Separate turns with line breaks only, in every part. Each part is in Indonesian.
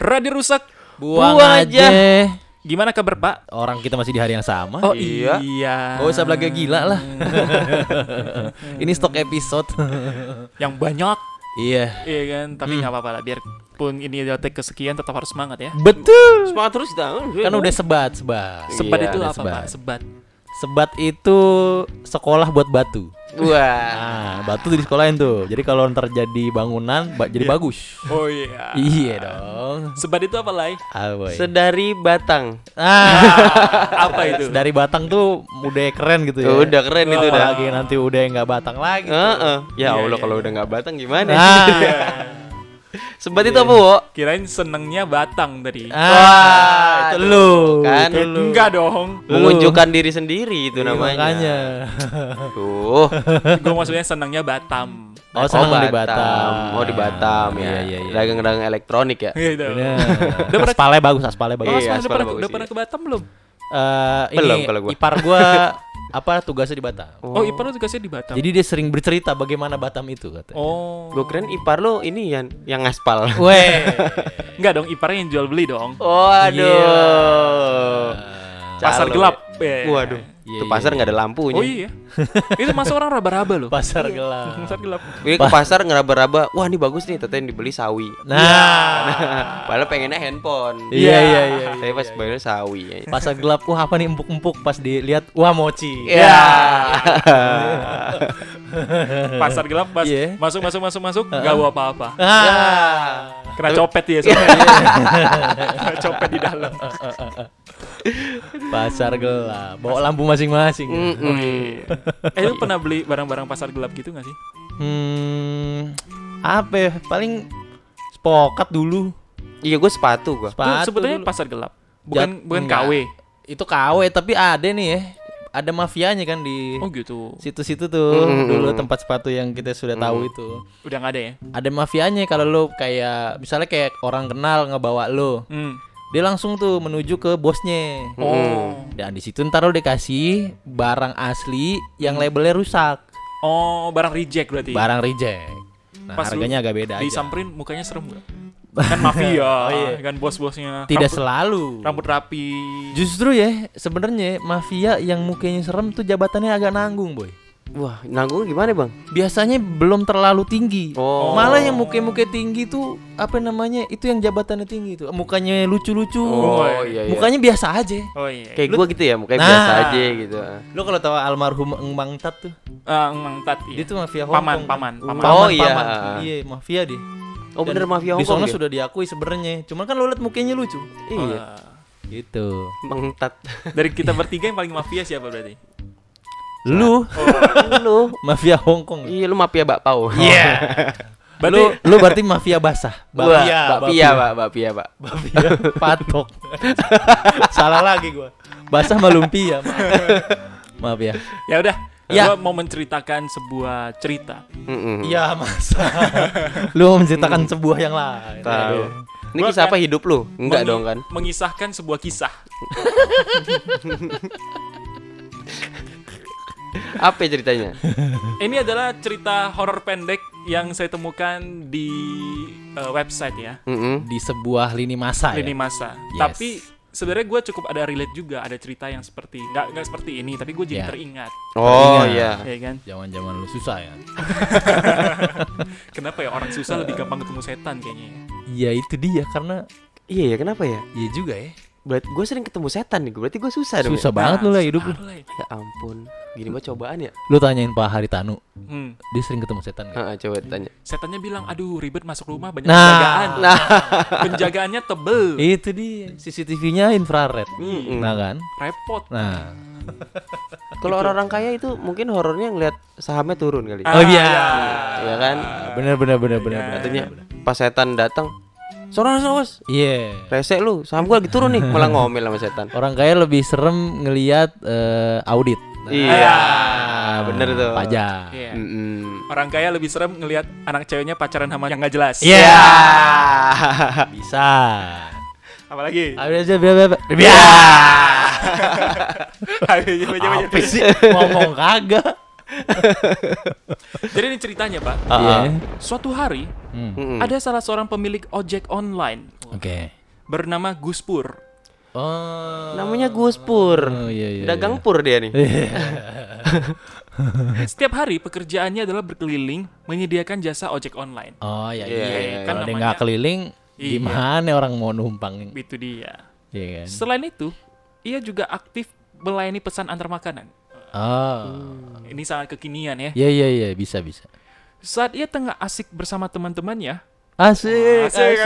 Radio rusak.
Buang, aja.
Gimana kabar Pak?
Orang kita masih di hari yang sama.
Oh
iya.
iya.
Gak usah gitu. belaga gila lah. Ini stok episode.
Yang banyak.
iya.
Iya kan. Tapi nggak apa-apa lah. Biarpun ini udah take kesekian tetap harus semangat ya.
Iya, Betul.
Semangat terus kita.
Kan udah sebat, sebat.
Sebat
Iya,
itu
ada
apa Pak?
sebat.
Sebat.
Sebat itu sekolah buat batu.
Wah.
Ah, batu di sekolahin tuh. Jadi kalau ntar jadi bangunan, ba- jadi bagus.
Oh iya.
Iya dong.
Sebat itu apa Lai?
Ah, boy.
Sedari Batang.
ah,
apa itu?
dari Batang tuh udah keren gitu ya.
Tuh, Oh, udah keren itu udah.
Apalagi gitu. nanti udah nggak Batang lagi. tuh.
Heeh.
Iya,
Ya Allah
iya,
kalau
iya.
udah nggak Batang gimana?
Ah. iya.
Sebat itu apa, Wo?
Kirain senengnya batang tadi.
Ah, itu
Wah, tuh,
lu. Iya,
kan.
itu lu.
Enggak dong.
Lu.
Menunjukkan diri sendiri itu
Iya,
namanya.
Makanya.
Tuh.
Gue maksudnya senengnya Batam.
Oh, senang di Batam.
Oh, di Batam
Iya,
ya.
iya, iya.
Dagang-dagang elektronik ya.
Gitu.
Bener.
Udah pernah-
aspalnya bagus, aspalnya
Oh,
bagus.
Iya,
Asma, udah
aspal
pernah,
bagus,
udah
iya.
pernah ke Batam belum?
Eh, ini
Belum kalau gua.
ipar gua apa tugasnya di Batam.
Oh, Ipar lu tugasnya di Batam.
Jadi dia sering bercerita bagaimana Batam itu katanya.
oh.
Gue keren Ipar lo ini yang yang ngaspal.
Weh.
Enggak dong, Iparnya yang jual beli dong.
Oh,
Waduh.
Pasar
Calo
gelap.
ya. Waduh.
Iya. Iya,
Itu
iya,
pasar nggak ada
Eh.
lampunya.
Oh iya. Itu masuk orang raba-raba loh.
Pasar gelap.
Pasar gelap.
Gue ke pasar ngeraba-raba, wah ini bagus nih, ternyata yang dibeli sawi.
Nah,
Padahal pengennya handphone.
Iya, iya, iya,
Tapi pas bayarnya sawi. Ya.
pasar gelap. Wah, apa nih empuk-empuk pas dilihat. Wah, mochi.
Ya.
Pasar gelap pas
Eh, Iya.
masuk masuk masuk masuk enggak bawa apa-apa.
Ah.
Kena copet ya soalnya.
Iya.
Kena copet di dalam.
Pasar gelap. Bawa lampu masing-masing.
Mm-mm.
Eh lu pernah beli barang-barang pasar gelap gitu gak sih?
Hmm. Apa ya? Paling spokat dulu.
Iya gue sepatu gue.
Itu
Sepatu
sebetulnya
dulu.
pasar gelap. Bukan
Jat-
bukan
enggak.
KW.
Itu KW tapi ada nih ya. Ada mafianya kan di
Oh gitu.
situ-situ tuh
Mm, mm,
dulu
mm.
tempat sepatu yang kita sudah tahu itu.
Udah gak ada ya?
Ada mafianya kalau lo kayak misalnya kayak orang kenal ngebawa lo,
Hmm.
dia langsung tuh menuju ke bosnya.
Mm.
Oh.
Dan di situ ntar lo dikasih barang asli yang labelnya rusak,
Oh, barang reject berarti.
barang reject. Nah,
Pas lu
harganya agak beda aja. Oh, iya.
Disamperin mukanya serem gak? Kan mafia, kan bos-bosnya.
Tidak
rambut,
selalu.
rambut rapi.
Justru ya, sebenarnya mafia yang mukanya serem tuh jabatannya agak nanggung, boy.
Wah nanggung gimana bang?
biasanya belum terlalu tinggi.
Oh.
Malah yang muka-muka tinggi tuh apa namanya? Itu yang jabatannya tinggi tuh. Mukanya lucu-lucu.
iya,
Oh,
Mukanya biasa aja.
Oh iya.
Kayak gue gitu ya, mukanya
iya, Nah.
biasa aja gitu.
Lo kalau tahu almarhum Emang Tat tuh,
Eh, Emang Tat, iya.
dia tuh mafia Hong
Paman,
Kong.
paman, paman.
Paman,
Oh, iya.
paman. Iya, mafia dia.
Oh bener
Dan
mafia
Di sono
Hongkong ya?
sudah Oh, diakui sebenarnya. Cuman kan lo liat mukanya lucu.
Iya.
Eh,
Gitu.
Mentat.
dari kita bertiga yang paling mafia siapa berarti?
Lu
lu,
mafia Hong Kong.
iya lu mafia bakpao.
Iya,
Berarti
Lu lu berarti mafia basah.
Wah,
Mafia,
bakpia, pak, bakpia, pak.
Lumpia, patok. Iya. Salah lagi gua. Basah sama lumpia. Maaf, Maaf ya.
ya udah,
Ya.
gua mau menceritakan sebuah cerita.
Mm-mm.
Iya, masa. Hmm. Lu mau menceritakan sebuah yang lain.
Tahu.
Aduh.
Ini
Gua
kisah
akan
apa hidup lu?
Mengi-
Enggak dong kan?
Mengisahkan sebuah kisah.
Apa ceritanya?
Ini adalah cerita horor pendek yang saya temukan di eh, website ya,
Mm-mm.
Di sebuah lini masa
lini
ya.
masa.
Yes.
Tapi sebenarnya gue cukup ada relate juga ada cerita yang seperti nggak nggak seperti ini, tapi gue jadi
Ya.
teringat,
Oh
Iya.
iya.
ya kan?
Zaman-zaman lu susah ya.
Kenapa ya orang susah lebih gampang ketemu setan kayaknya? ya?
Iya, itu dia karena
Iya ya kenapa ya?
iya juga ya.
Berarti gue sering ketemu setan nih. Berarti gue susah dong. ya?
Susah banget lu lah hidup lu.
susah lah ya.
Ya ampun. Gini mah cobaan ya?
Lu tanyain Pak Haritanu,
Hmm.
dia sering ketemu setan gak?
Heeh, coba tanya.
Setannya bilang, aduh ribet masuk rumah banyak
Nah. Iya.
penjagaan. Penjagaannya tebel,
Itu dia. CCTV-nya infrared.
Mm-mm.
Nah kan?
repot.
Nah. Gitu.
Kalau orang-orang kaya itu mungkin horornya ngeliat sahamnya turun kali.
Ah,
Oh, iya.
Iya kan?
Bener bener bener bener. bener.
Katanya pas setan datang, "Soran sos,
Iya.
rese lu, saham gua lagi turun nih." Malah ngomel sama setan.
Orang kaya lebih serem ngelihat eh, audit.
Iya,
Ah,
bener tuh.
Pajak.
Iya.
Mm-mm.
Orang kaya lebih serem ngelihat anak ceweknya pacaran sama yang nggak jelas.
Iya. Bisa.
Apalagi.
Ayo aja biar biar. Iya. biar- Apa sih ngomong kagak?
Jadi ini ceritanya pak.
Iya.
Suatu hari
Hmm,
Mm-mm.
ada salah seorang pemilik ojek online.
Oke.
bernama Guspur.
Oh.
Namanya Guspur.
Oh, iya, iya,
Dagang pur dia nih.
Setiap hari pekerjaannya adalah berkeliling menyediakan jasa ojek online.
Oh iya iya.
Iya,
iya, kan
Kalau dia
namanya-
nggak keliling,
Iya.
gimana orang mau numpang?
Itu dia.
Iya kan.
Selain itu, ia juga aktif melayani pesan antar makanan.
Oh.
Ini sangat kekinian ya.
Iya iya iya bisa bisa.
Saat ia tengah asik bersama teman-temannya,
Asik asik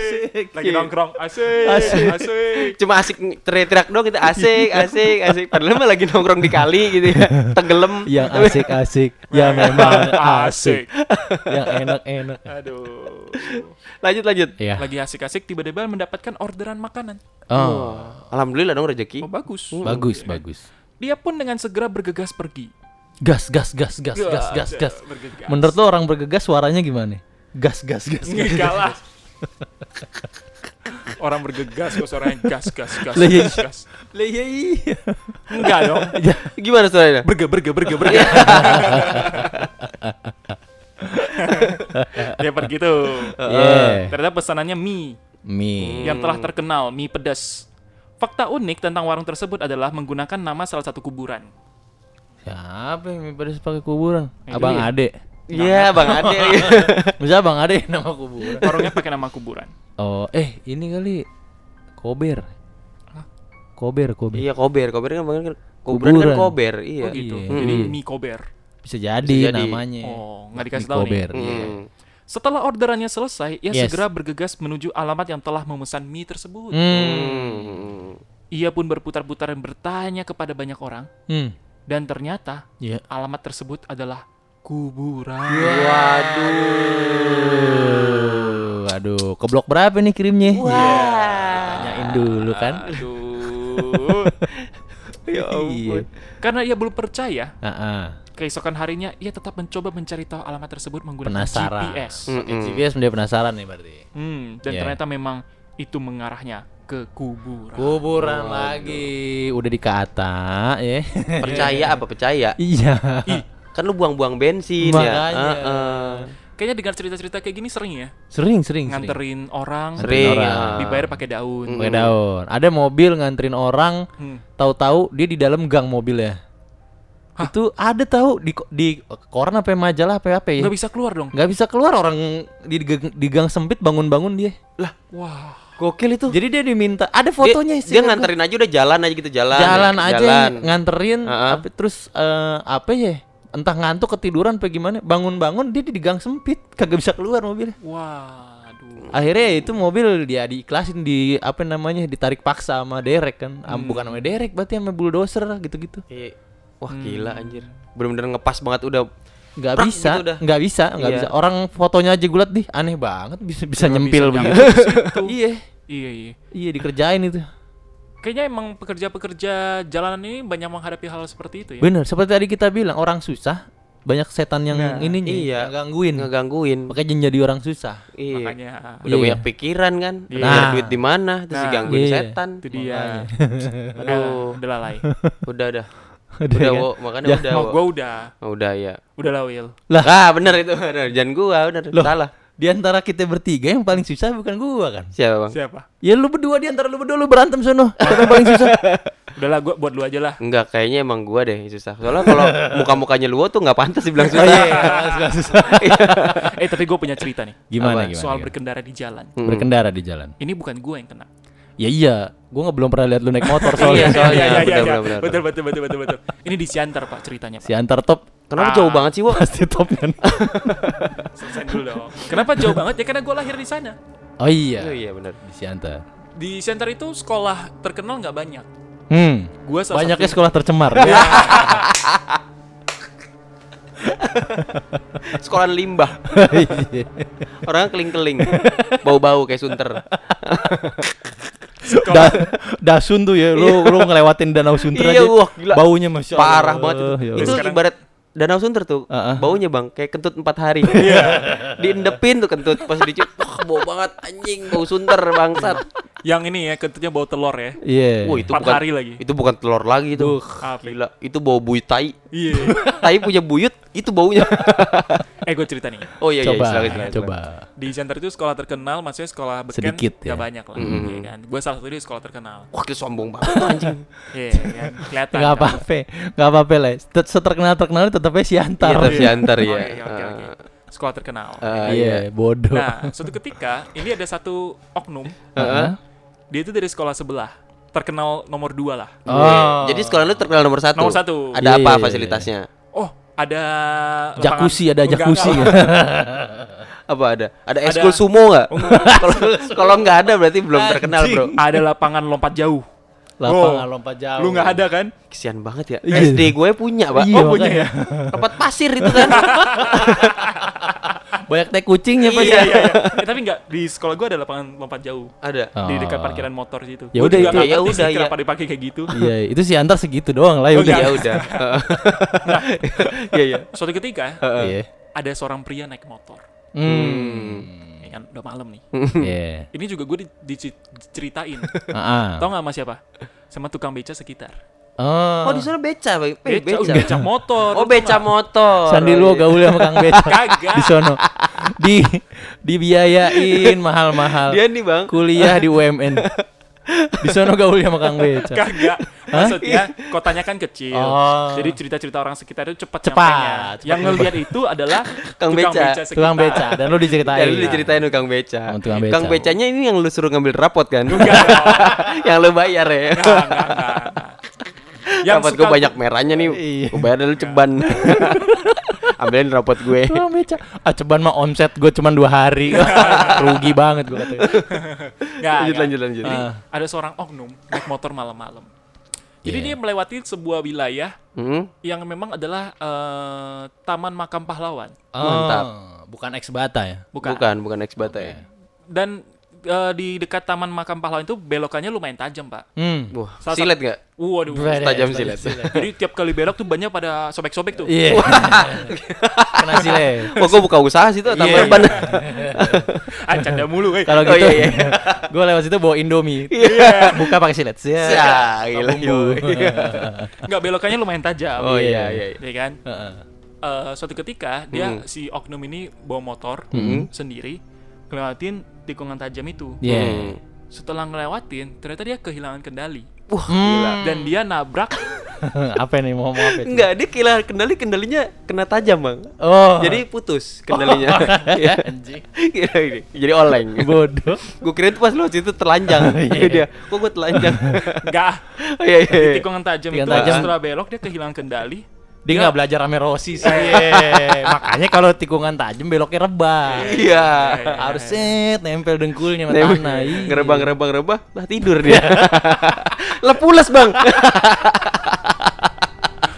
asik
lagi nongkrong, asik,
Asik.
asik,
Cuma asik teriak-teriak doang kita asik, asik, asik. Padahal mah lagi nongkrong di kali gitu ya. Tenggelam.
Yang asik asik, yang memang
Asik.
asik, yang enak enak.
Aduh.
Lanjut lanjut.
Iya.
Lagi asik-asik tiba-tiba mendapatkan orderan makanan. Hmm.
Oh
Alhamdulillah dong rezeki.
Oh, bagus.
bagus bagus.
Dia pun dengan segera bergegas pergi.
Gas gas gas gas gas gas gas.
Bergegas.
Menurut lo orang bergegas suaranya gimana? Gas gas gas. gas.
Enggak lah. Orang bergegas kok suaranya gas gas gas
Lah, iya.
gas. gas.
Lah, iya, iya.
Enggak dong.
Gimana suaranya?
Berge berge berge berge.
Ya.
Dia pergi tuh.
Yeah.
Ternyata pesanannya mie
Mie.
yang telah terkenal mie pedas. Fakta unik tentang warung tersebut adalah menggunakan nama salah satu kuburan.
Siapa yang mie pedas pakai kuburan?
Itu
Abang
dia.
Ade.
Iya, Bang Ade.
Bisa Abang Ade nama kuburan.
Warungnya pakai nama kuburan.
Oh, eh ini kali Kober.
Hah?
Kober, Kober.
Iya, kober. Kober kan Bang kan kuburan
Kuburan.
kan kober.
Oh
Iya.
gitu.
Iya.
Jadi
Mm.
mie kober.
Bisa jadi,
Bisa jadi.
namanya.
Oh, nggak
Mie
dikasih tahu nih.
Kober. iya.
Hmm.
Setelah orderannya selesai, ia
Yes.
segera bergegas menuju alamat yang telah memesan mie tersebut.
Hmm.
Hmm.
Ia pun berputar-putar dan bertanya kepada banyak orang
Hmm.
dan ternyata
Iya.
alamat tersebut adalah kuburan.
Aduh, aduh, keblok berapa nih kirimnya? Wah. Tanyain dulu kan.
Aduh.
Ya ampun.
Iya. Karena ia belum percaya,
Heeh.
keesokan harinya ia tetap mencoba mencari tahu alamat tersebut menggunakan
Penasaran. Hmm.
GPS.
Mm-mm.
GPS dia penasaran nih berarti.
Hmm, dan
Iya.
ternyata memang itu mengarahnya ke kuburan.
Kuburan lagi, udah dikata ya.
Percaya apa percaya?
iya.
Kan lu buang-buang bensin ya.
Makanya.
Heeh.
Kayaknya dengan cerita-cerita kayak gini sering ya,
Sering, sering, sering.
nganterin orang,
Sering.
orang.
ah.
dibayar pakai daun.
pakai daun. Ada mobil nganterin orang,
Hmm.
tahu-tahu dia di dalam gang mobil ya. Itu ada tahu di ko- di koran apa ya, majalah apa ya, apa ya.
Nggak bisa keluar dong.
Nggak bisa keluar orang di, gang- di gang sempit bangun-bangun dia.
Wah.
Gokil itu.
Jadi dia diminta, ada
Dia-
fotonya
dia,
sih.
nganterin aja udah jalan aja gitu jalan.
jalan
ya,
aja
Jalan.
nganterin
Heeh.
tapi terus eh, apa ya? Entah ngantuk ketiduran apa gimana, bangun-bangun dia di di gang sempit, kagak bisa keluar mobilnya.
Waduh.
Akhirnya ya itu mobil dia diiklasin di apa namanya? ditarik paksa sama derek kan.
Hmm.
Ah, Bukan sama derek berarti sama bulldozer lah, gitu-gitu.
Iya. Wah gila anjir. Bener-bener ngepas banget udah.
nggak
Prak
bisa
gitu udah.
nggak bisa nggak
Iya.
bisa orang fotonya aja gulat dih aneh banget bisa bisa
Nggak
nyempil
bisa
begitu
nyampe ke situ.
iya
Iya, iya.
iya dikerjain itu
Kayaknya emang pekerja-pekerja jalanan ini banyak menghadapi hal seperti
Iya.
itu ya.
bener seperti tadi kita bilang orang susah banyak setan yang ini
iya.
gangguin
Ngegangguin.
makanya jadi orang susah
Iya.
Makanya
Udah
Iya.
banyak pikiran kan. Udah
Nah.
nyari duit di mana terus
Nah.
digangguin
Iya.
setan.
itu dia.
Aduh.
Udah, udah lalai.
Udah udah.
Udah
Udah,
kan?
wo, makanya udah.
Mau
Wo.
gua udah.
Oh, udah ya.
Udah lah, Will.
Lah.
Ah, bener itu. Bener. Jangan gua, udah salah.
di antara kita bertiga yang paling susah bukan gua kan
Siapa, Bang?
Siapa?
ya lu berdua di antara lu berdua lu berantem sono siapa yang paling susah
Udah lah, gua buat lu aja lah.
Enggak, kayaknya emang gua deh yang susah. Soalnya kalau muka-mukanya lu tuh nggak pantas dibilang
Oh,
susah.
Nah, iya.
iya.
eh, tapi gua punya cerita nih.
gimana gimana,
Soal
gimana?
berkendara di jalan.
Hmm.
berkendara di jalan
Ini bukan gua yang kena.
ya iya gua nggak belum pernah lihat lu naik motor
Iya,
soalnya
soalnya. Benar, benar, benar.
Betul, betul, betul, betul, betul. Ini di Siantar, Pak, ceritanya. Pak.
si antar top
Kenapa jauh banget sih, Wo?
Ah. pasti top kan
Selesai dulu dong. Kenapa jauh banget? Ya karena gua lahir di sana.
oh iya
Oh iya bener.
di Siantar.
Di Siantar itu sekolah terkenal nggak banyak.
Hmm.
Gua salah
Banyaknya
satu-
sekolah tercemar.
ya.
Sekolahan limbah.
Iya.
Orangnya keling-keling. Bau-bau kayak sunter.
sekolah
Da- dasun tuh ya, lu lu ngelewatin Danau Sunter
Iya,
aja.
wah, gila.
Baunya masya Allah.
Parah banget itu.
Ya
itu kan-
Allah.
Sekarang-
ibarat Danau Sunter tuh
Ah, ah.
baunya bang kayak kentut empat hari.
Iya.
Diendepin tuh kentut pas dicuci, wah bau banget anjing bau Sunter bangsat.
yang ini ya kentutnya bau telur ya.
Iya.
Wah itu
Empat
bukan
hari lagi.
Itu bukan telur lagi itu.
apa?
Gila, itu bau bui tai.
Iya.
tai punya buyut itu baunya.
eh gue cerita nih.
Oh iya iya
coba,
silakan, silakan,
coba.
Di Jantar itu sekolah terkenal, maksudnya sekolah beken
Sedikit,
nggak
ya.
banyak lah, iya kan. Gue salah satu di sekolah terkenal.
silakan. Wah kita sombong banget anjing.
Iya kan, kelihatan.
Gak
kan?
apa-apa, gak apa-apa lah. Set- Seterkenal terkenal tetapnya si
Iya
antar.
tapi si antar
Oh,
ya.
iya, iya, oke, oke. Sekolah terkenal.
Eh,
Iya, bodoh.
Nah, suatu ketika ini ada satu oknum,
Heeh.
dia itu dari sekolah sebelah, terkenal nomor dua lah.
Oh.
Jadi sekolah lu terkenal nomor satu.
Nomor satu.
Iya,
Ada
iya,
apa
iya.
fasilitasnya?
Oh, ada lapangan-
Jacuzzi ada
Enggak,
jacuzzi.
enggak.
Apa ada? Ada
Ada-
ekskul sumo nggak? Kalau kalau nggak ada berarti belum terkenal bro.
ada lapangan lompat jauh.
Lapangan
Wow.
lompat jauh.
Lu nggak ada kan?
Kesian banget ya.
Iya.
SD gue punya pak.
Iya,
Oh,
punya
makanya.
ya.
tempat pasir itu kan.
Banyak teh kucingnya pak.
iya, iya, iya. Eh, tapi nggak di sekolah gua ada lapangan lompat jauh
ada.
di
Oh.
dekat parkiran motor situ.
Ya
Gua
udah
juga
itu.
nggak
Ya
ngerti sih
udah, iya.
kenapa dipakai kayak gitu.
Iya, itu si antar segitu doang lah ya
Oh,
udah.
iya.
Ya udah. Iya iya.
Suatu ketika
Iya.
ada seorang pria naik motor.
Hmm.
Ya kan udah malam nih.
Hmm.
Iya.
Ini juga gue diceritain.
Ah, ah.
Tau nggak sama siapa? Sama tukang beca sekitar.
Oh
Oh.
di sana beca, Pak. Eh,
Beca,
beca.
beca, motor.
Oh
lu tau
beca
nggak?
motor. Oh, iya.
Sandi lu gaul sama Kang Beca
Kagak.
di sono. Di dibiayain mahal-mahal.
Dia nih bang.
Kuliah di UMN. Di sono gaul sama Kang Beca.
Kagak. Maksudnya kotanya kan kecil.
Iya. Oh.
Jadi cerita-cerita orang sekitar itu cepat
Cepat,
nyampainya.
cepat
Yang ngelihat itu adalah
Kang beca.
sekitar.
Tukang beca dan lu diceritain.
Tadi lu diceritain tukang beca.
Sama tukang iya. Oh, beca.
Kang becanya ini yang lu suruh ngambil rapot kan?
Enggak dong.
yang lu bayar ya.
Enggak, enggak, enggak, enggak. Yang
rapot
suka
gue banyak merahnya nih.
Iya.
Gue bayar lu ceban. Ambilin rapot gue.
Tukang beca. Ah, ceban mah omset gue cuman dua hari. Rugi banget gue katanya.
Enggak,
Lanjut,
enggak.
lanjut, lanjut.
Jadi,
Ah.
Ada seorang oknum naik motor malam-malam. Jadi
Iya.
dia melewati sebuah wilayah
Hmm?
yang memang adalah eh, Taman Makam Pahlawan.
Oh, Mantap. Bukan ex bata ya.
Bukan.
Bukan, bukan ex bata ya.
Dan eh, di dekat Taman Makam Pahlawan itu belokannya lumayan tajam, Pak.
Hmm.
Wah,
Salah
silet gak?
Waduh.
Beres,
Tajam
beres,
silet.
Jadi tiap kali belok tuh bannya pada sobek-sobek tuh.
Iya. Kena silet.
Oh, gue buka usaha sih tuh, tambah
Iya,
ban.
Ah, canda mulu, eh.
Kalau
Oh,
gitu,
iya, iya.
gue lewat situ bawa Indomie. Buka pakai silet. Siap.
Ya, gila. yoi.
Iya,
Nggak belokannya lumayan tajam.
Oh iya, iya. iya.
Ya kan?
Heeh.
Eh, suatu ketika
Hmm.
dia si oknum ini bawa motor sendiri ngelewatin tikungan tajam itu.
Iya.
Hmm.
Setelah ngelewatin, ternyata dia kehilangan kendali Hmm.
Wah, gila.
dan dia nabrak
apa nih mau ngomong apa?
Enggak, dia kira kendali kendalinya kena tajam, Bang.
Oh.
Jadi putus kendalinya. Iya.
anjing.
Kira ini, Jadi oleng.
Bodoh.
Gue kira itu pas lo
Oh,
itu telanjang. Iya dia. Kok gue telanjang?
enggak
Oh, iya iya.
di
iya.
tikungan tajam itu
Tikungan tajam.
setelah belok dia kehilangan kendali.
Dia Iya. nggak belajar rame Rossi sih. Makanya kalau tikungan tajam beloknya rebah.
Iya. Nah,
Harus set nempel dengkulnya sama
Nembak.
tanah. Iya.
Ngerebah ngerebah ngerebah lah tidur dia. lah pulas, Bang.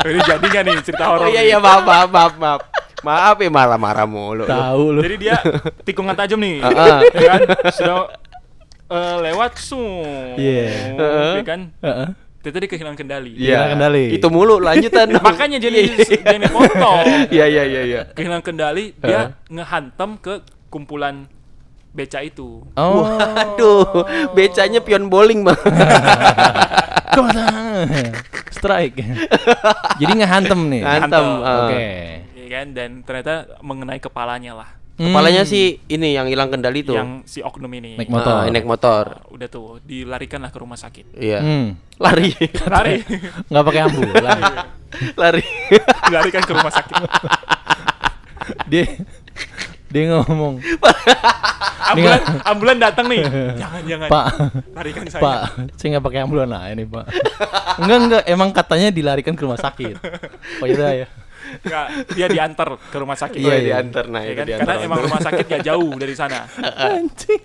Oh, Ini jadi nggak nih cerita horor?
Oh
gitu.
iya iya maaf maaf maaf maaf. Maaf ya marah-marah mulu.
Tahu lu.
Jadi dia tikungan tajam nih,
Heeh.
ya kan? Sudah eh, lewat sung,
Iya.
ya kan?
Heeh.
Ternyata dia kehilangan kendali.
Iya.
Nah,
Hilang kendali.
Itu mulu lanjutan.
Makanya jadi jadi motor.
Iya iya iya iya.
Kehilangan kendali, dia ngehantam ke kumpulan beca itu.
Oh.
Waduh, becanya pion bowling, Bang.
Kau tahu. Strike. Jadi ngehantem nih.
Antem.
Iya, Oke.
Ya kan? Dan ternyata mengenai kepalanya lah
Kepalanya
Hmm.
sih ini yang hilang kendali tuh.
yang si oknum ini. Nah,
Naik
motor.
motor.
naik motor.
Udah tuh dilarikan lah ke rumah sakit.
Iya.
Hmm.
Lari.
Lari,
Enggak pakai ambulan.
Lari.
dilarikan ke rumah sakit.
dia dia ngomong,
Ambulan, ambulan datang nih. Jangan jangan.
"Pak,
Larikan saya.
Pak, saya nggak pakai ambulan lah ini, Pak." Enggak, enggak, emang katanya dilarikan ke rumah sakit. Oh iya ya.
Nggak, dia diantar ke rumah sakit.
Iya,
Ya
diantar nah, itu
kan?
diantar.
Karena emang rumah sakit gak jauh dari sana.
Anjing.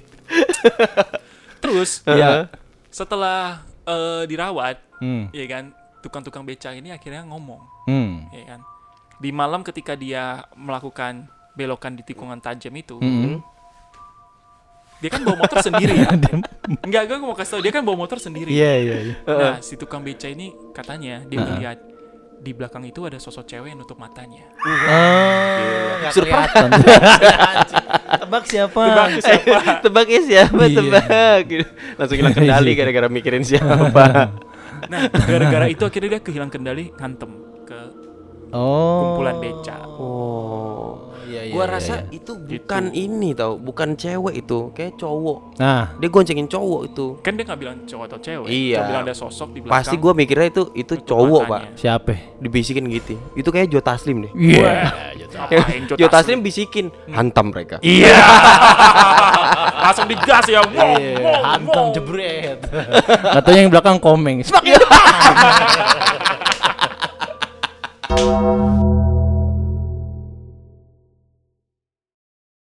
Terus
Iya.
setelah eh, dirawat,
Hmm.
ya kan, tukang-tukang beca ini akhirnya ngomong,
Hmm.
ya kan. Di malam ketika dia melakukan belokan di tikungan tajam itu,
Mm-mm.
dia kan bawa motor sendiri.
Dia-
Enggak, gue mau kasih tau, dia kan bawa motor sendiri.
Iya, iya, iya.
Nah, si tukang beca ini katanya dia melihat di belakang itu ada sosok cewek yang nutup matanya.
Oh, nggak
Surprise.
kelihatan. Anjing. Tebak siapa?
Bang, siapa?
tebak ya siapa
Iya.
tebak. Gitu. Langsung hilang kendali
Iya.
gara-gara mikirin siapa.
Nah, gara-gara itu akhirnya dia kehilangan kendali, ngantem ke
Oh.
kumpulan beca.
Oh. Gitu.
Iya, iya,
Gua
iya,
rasa
iya.
itu bukan ini tau, bukan cewek itu, kayak cowok.
Nah,
Dia goncengin cowok itu.
Kan dia nggak bilang cowok atau cewek.
Iya.
Cuma bilang ada sosok di belakang.
Pasti gua mikirnya itu itu cowok, Pak.
matanya.
siapa?
Dibisikin gitu. Itu kayak Jo Taslim deh.
Iya.
Ngapain
Jo
Gitu. Jota
Taslim bisikin, hantam mereka.
Iya. Langsung digas ya.
Iya.
Wow, wow,
Hantam
wow.
jebret. Katanya yang belakang komeng. Semakin